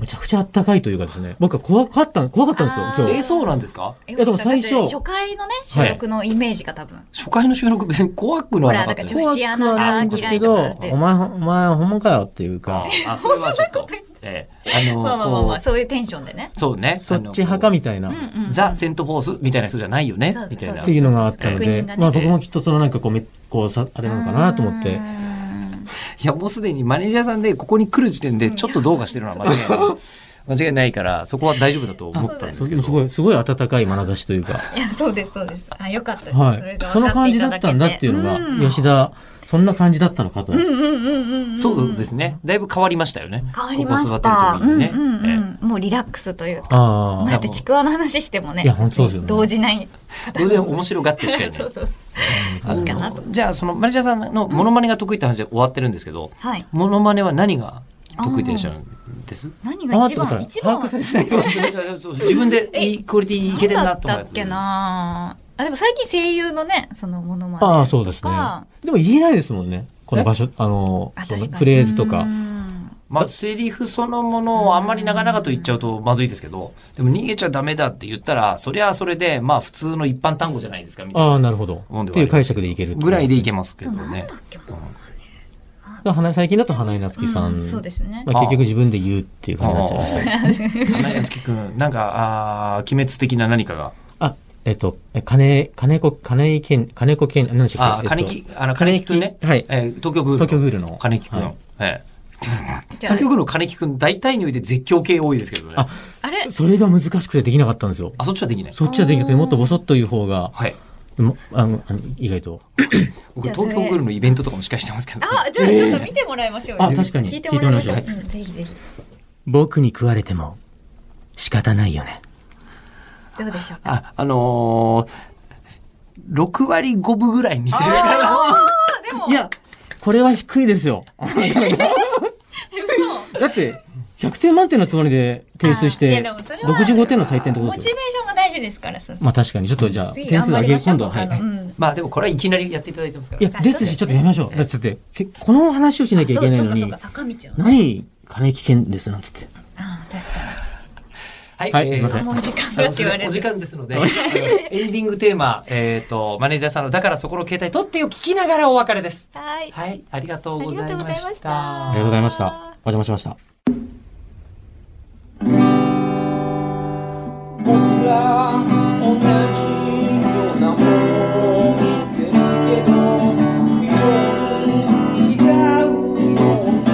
[SPEAKER 4] めちゃくちゃあったかいというかですね、僕は怖かった、怖かったんですよ、
[SPEAKER 3] いや
[SPEAKER 4] 今
[SPEAKER 2] え
[SPEAKER 4] 日
[SPEAKER 2] ー、。そうなんですか
[SPEAKER 3] い
[SPEAKER 4] やでも最初
[SPEAKER 3] 初回のね、収録のイメージが多分。
[SPEAKER 2] 初回の収録別に怖くの
[SPEAKER 3] ほ
[SPEAKER 2] は
[SPEAKER 3] ら、
[SPEAKER 2] なか
[SPEAKER 3] だ
[SPEAKER 2] っ
[SPEAKER 3] か
[SPEAKER 2] た
[SPEAKER 3] ら
[SPEAKER 2] よ
[SPEAKER 3] 女子アナ
[SPEAKER 4] は
[SPEAKER 3] が
[SPEAKER 4] なんです
[SPEAKER 3] 嫌
[SPEAKER 4] け
[SPEAKER 3] いと
[SPEAKER 4] ど
[SPEAKER 3] かっ、
[SPEAKER 4] お
[SPEAKER 3] て。
[SPEAKER 4] 前、お前、ほんまかよっていうか
[SPEAKER 2] あ、あ、それはちょっと。ええ、あの、
[SPEAKER 3] まあまあまあま
[SPEAKER 2] こ
[SPEAKER 3] あ、
[SPEAKER 2] う
[SPEAKER 3] そういうテンションでね。
[SPEAKER 2] そうね。
[SPEAKER 4] そっち派かみたいな。
[SPEAKER 3] うん
[SPEAKER 4] っ
[SPEAKER 3] うん。
[SPEAKER 2] ザ・セント・フォースみたいな人じゃないよね
[SPEAKER 3] そう、
[SPEAKER 2] みたいな
[SPEAKER 3] そ
[SPEAKER 4] て。いうのがあったの
[SPEAKER 3] 確認
[SPEAKER 4] で、
[SPEAKER 3] がね
[SPEAKER 4] まあ僕もきっとそのなんかこう、めこうさ、あれなのかなと思っ
[SPEAKER 3] う
[SPEAKER 4] て
[SPEAKER 3] ー。ん
[SPEAKER 2] いや、もうすでにマネージャーさんでここに来る時点でちょっとどうかしてるのは間違い ない。間違いないから、そこは大丈夫だと思ったんですけ
[SPEAKER 4] すご
[SPEAKER 2] ど。
[SPEAKER 4] い、すごい温かい眼差しというか、
[SPEAKER 3] いや、そうです、そうです。あ、よかったです。
[SPEAKER 4] は
[SPEAKER 3] れ
[SPEAKER 4] い
[SPEAKER 3] で。
[SPEAKER 4] そ
[SPEAKER 3] 分
[SPEAKER 4] の
[SPEAKER 3] か
[SPEAKER 4] 感
[SPEAKER 3] て
[SPEAKER 4] じだ
[SPEAKER 3] た
[SPEAKER 4] っ
[SPEAKER 3] け
[SPEAKER 4] たんだっていうのが、吉田、そんな感じだったのかと。
[SPEAKER 3] うんうんうんうんうん。
[SPEAKER 2] そうですね。だいぶ変わりましたよね。
[SPEAKER 3] 変わりまし
[SPEAKER 2] ここ
[SPEAKER 3] た。
[SPEAKER 2] 座ってる時にね。
[SPEAKER 3] うんうんう
[SPEAKER 2] え
[SPEAKER 3] んもうリラックスというか。
[SPEAKER 4] あ
[SPEAKER 3] だ
[SPEAKER 4] あ
[SPEAKER 3] っ。てちくわの話してもね。
[SPEAKER 4] いや本当そうですよね
[SPEAKER 3] 動じない。
[SPEAKER 2] え当然面白がってしかいな
[SPEAKER 3] そう
[SPEAKER 2] い。
[SPEAKER 3] そうそう。いいかな
[SPEAKER 2] あ
[SPEAKER 3] と。
[SPEAKER 2] のじゃあ、そのマネージャーさんのモノマネが得意って話で終わってるんですけど、
[SPEAKER 3] はい。
[SPEAKER 2] モノマネは何が得意でいらっしゃるんです
[SPEAKER 3] 何が一
[SPEAKER 4] あー
[SPEAKER 3] 番
[SPEAKER 4] って
[SPEAKER 3] 一
[SPEAKER 4] ことは
[SPEAKER 3] 番
[SPEAKER 4] 把握されてない
[SPEAKER 2] そうそうそう自分でいいクオリティいけてんなと思う
[SPEAKER 3] だ
[SPEAKER 2] や
[SPEAKER 3] っ
[SPEAKER 2] つ。
[SPEAKER 3] けな。あでも最近声優のねそのものまね。
[SPEAKER 4] ああ、そうですね
[SPEAKER 3] か。
[SPEAKER 4] でも言えないですもんね。この場所、あの
[SPEAKER 3] あ、
[SPEAKER 4] そ
[SPEAKER 3] 確
[SPEAKER 4] の
[SPEAKER 3] かに
[SPEAKER 4] フレーズとか
[SPEAKER 3] う。ん
[SPEAKER 2] まあ、セリフそのものをあんまり長々と言っちゃうとまずいですけど、でも逃げちゃダメだって言ったら、そりゃそれで、まあ普通の一般単語じゃないですか、みたい
[SPEAKER 4] あ
[SPEAKER 2] な
[SPEAKER 4] あ、なるほど。
[SPEAKER 2] もんではあります
[SPEAKER 4] っていう解釈でいけるってう
[SPEAKER 2] ぐらいでいけますけど
[SPEAKER 3] なん
[SPEAKER 2] ね
[SPEAKER 3] だ。っけ
[SPEAKER 4] だから花最近だと花井夏樹さ
[SPEAKER 3] うん
[SPEAKER 4] ん。
[SPEAKER 3] そうですね。
[SPEAKER 4] まあ結局自分で言うっていう感じになっちゃいます。
[SPEAKER 2] 花屋月くん、なんか、あー鬼滅的な何かが。
[SPEAKER 4] あ、えっと、え金、金子、金井健、金子健、何でした
[SPEAKER 2] あー、
[SPEAKER 4] っけ
[SPEAKER 2] 金
[SPEAKER 4] えっ
[SPEAKER 2] 木、あの、金木くんね。
[SPEAKER 4] 金木はい
[SPEAKER 2] えー東京ブー
[SPEAKER 4] と
[SPEAKER 2] ル。
[SPEAKER 4] 東京ブールの。
[SPEAKER 2] 金木く
[SPEAKER 4] は
[SPEAKER 2] ん
[SPEAKER 4] い。
[SPEAKER 2] ええ
[SPEAKER 3] じゃ
[SPEAKER 2] 東京ブールの金木くん、大体において絶叫系多いですけどね。
[SPEAKER 4] あ
[SPEAKER 3] ああれ
[SPEAKER 4] それが難しくてできなかったんですよ。
[SPEAKER 2] あ、そっちはできない。
[SPEAKER 4] そっちはできなくて、もっとボソッと言う方が、
[SPEAKER 2] はい。
[SPEAKER 4] もあの、あの意外と。
[SPEAKER 2] 僕、
[SPEAKER 3] じゃあそれ
[SPEAKER 2] 東京ブールのイベントとかも司会してますけど。
[SPEAKER 3] あじゃあちょっと見てもらいましょうよ。
[SPEAKER 4] あ確かに
[SPEAKER 3] 聞いてもらいましょう。う
[SPEAKER 4] 聞
[SPEAKER 3] ん
[SPEAKER 4] い
[SPEAKER 3] ぜひぜひ
[SPEAKER 4] 僕に食われても仕方ないよね。
[SPEAKER 3] どうでしょうか。
[SPEAKER 2] あ、あのー、6割5分ぐらい似てる。
[SPEAKER 3] あーでも
[SPEAKER 4] いや、これは低いですよ。だって、100点満点のつもりで提出し
[SPEAKER 3] あいや
[SPEAKER 4] て
[SPEAKER 3] でもそれ、は
[SPEAKER 4] 65点の採点ってこ
[SPEAKER 3] モ
[SPEAKER 4] と
[SPEAKER 3] チ
[SPEAKER 4] で
[SPEAKER 3] ベー
[SPEAKER 4] す
[SPEAKER 3] シ
[SPEAKER 4] よ。
[SPEAKER 3] ョンが大事ですからその
[SPEAKER 4] まあ確かに、ちょっとじゃあ、
[SPEAKER 3] 次
[SPEAKER 4] 点数
[SPEAKER 3] 頑
[SPEAKER 4] 上げ、
[SPEAKER 3] 張りましょう
[SPEAKER 4] 今度は、はい。
[SPEAKER 3] 他のうん
[SPEAKER 2] まあでもこれはいきなりやっていただいてますか
[SPEAKER 4] い
[SPEAKER 2] ら
[SPEAKER 4] や、。ですし、ちょっとやめましょう。だってだって、けこの話をしなきゃいけないの
[SPEAKER 3] そう
[SPEAKER 4] に
[SPEAKER 3] か、そうか坂道のね
[SPEAKER 4] 何、金危険ですなんつって。
[SPEAKER 3] ああ確か
[SPEAKER 2] はい
[SPEAKER 4] はいすいません
[SPEAKER 3] にもう時間
[SPEAKER 2] あ
[SPEAKER 3] だ
[SPEAKER 2] の
[SPEAKER 3] って
[SPEAKER 2] す
[SPEAKER 3] 言
[SPEAKER 2] いませ
[SPEAKER 3] わ
[SPEAKER 2] ん
[SPEAKER 3] れ
[SPEAKER 2] お
[SPEAKER 3] る
[SPEAKER 2] 時間ですので、あのエンディングテーマ、えっ、と、マネージャーさんの、だからそこの携帯取ってよ、聞きながらお別れです。
[SPEAKER 3] はい
[SPEAKER 2] はい、ありがとうございま
[SPEAKER 3] ありがとうございま
[SPEAKER 2] し
[SPEAKER 3] したた
[SPEAKER 4] ありがとうございました。お邪魔しました。
[SPEAKER 5] 僕ら同じようなものを見てるけど微妙に違うよね僕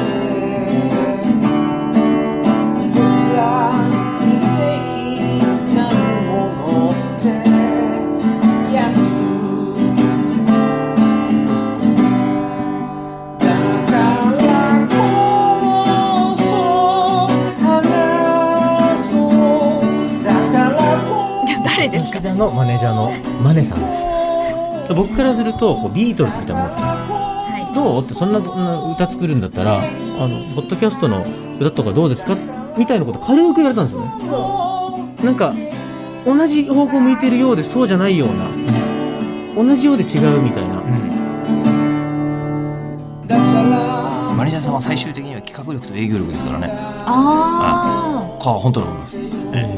[SPEAKER 5] ら似て非なるものってやつだからこそ話そうだからこ そ
[SPEAKER 3] 誰です
[SPEAKER 4] 吉田のマネージャーのマネさんです。僕からすると、こうビートルズみたいなもんですね。
[SPEAKER 3] はい
[SPEAKER 4] どうってそんな歌作るんだったらあのポッドキャストの歌とかどうですかみたいなこと軽く言われたんですよね
[SPEAKER 3] そ
[SPEAKER 4] なんか同じ方向向いてるようでそうじゃないような同じようで違うみたいな
[SPEAKER 5] だから
[SPEAKER 2] マネージャーさんは最終的には企画力と営業力ですからね。
[SPEAKER 3] うあ
[SPEAKER 2] か、本当に思います。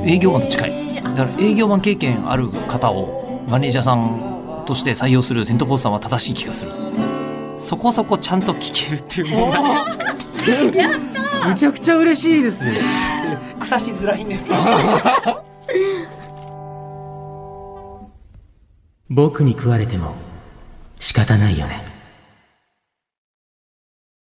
[SPEAKER 2] 営業マンと近い。だから営業マン経験ある方をマネージャーさんとして採用するセントポーズさんは正しい気がする。そこそこちゃんと聞けるっていう問 題
[SPEAKER 4] めちゃくちゃ嬉しいですね
[SPEAKER 2] 腐しづらいんです。
[SPEAKER 4] 僕に食われても仕方ないよね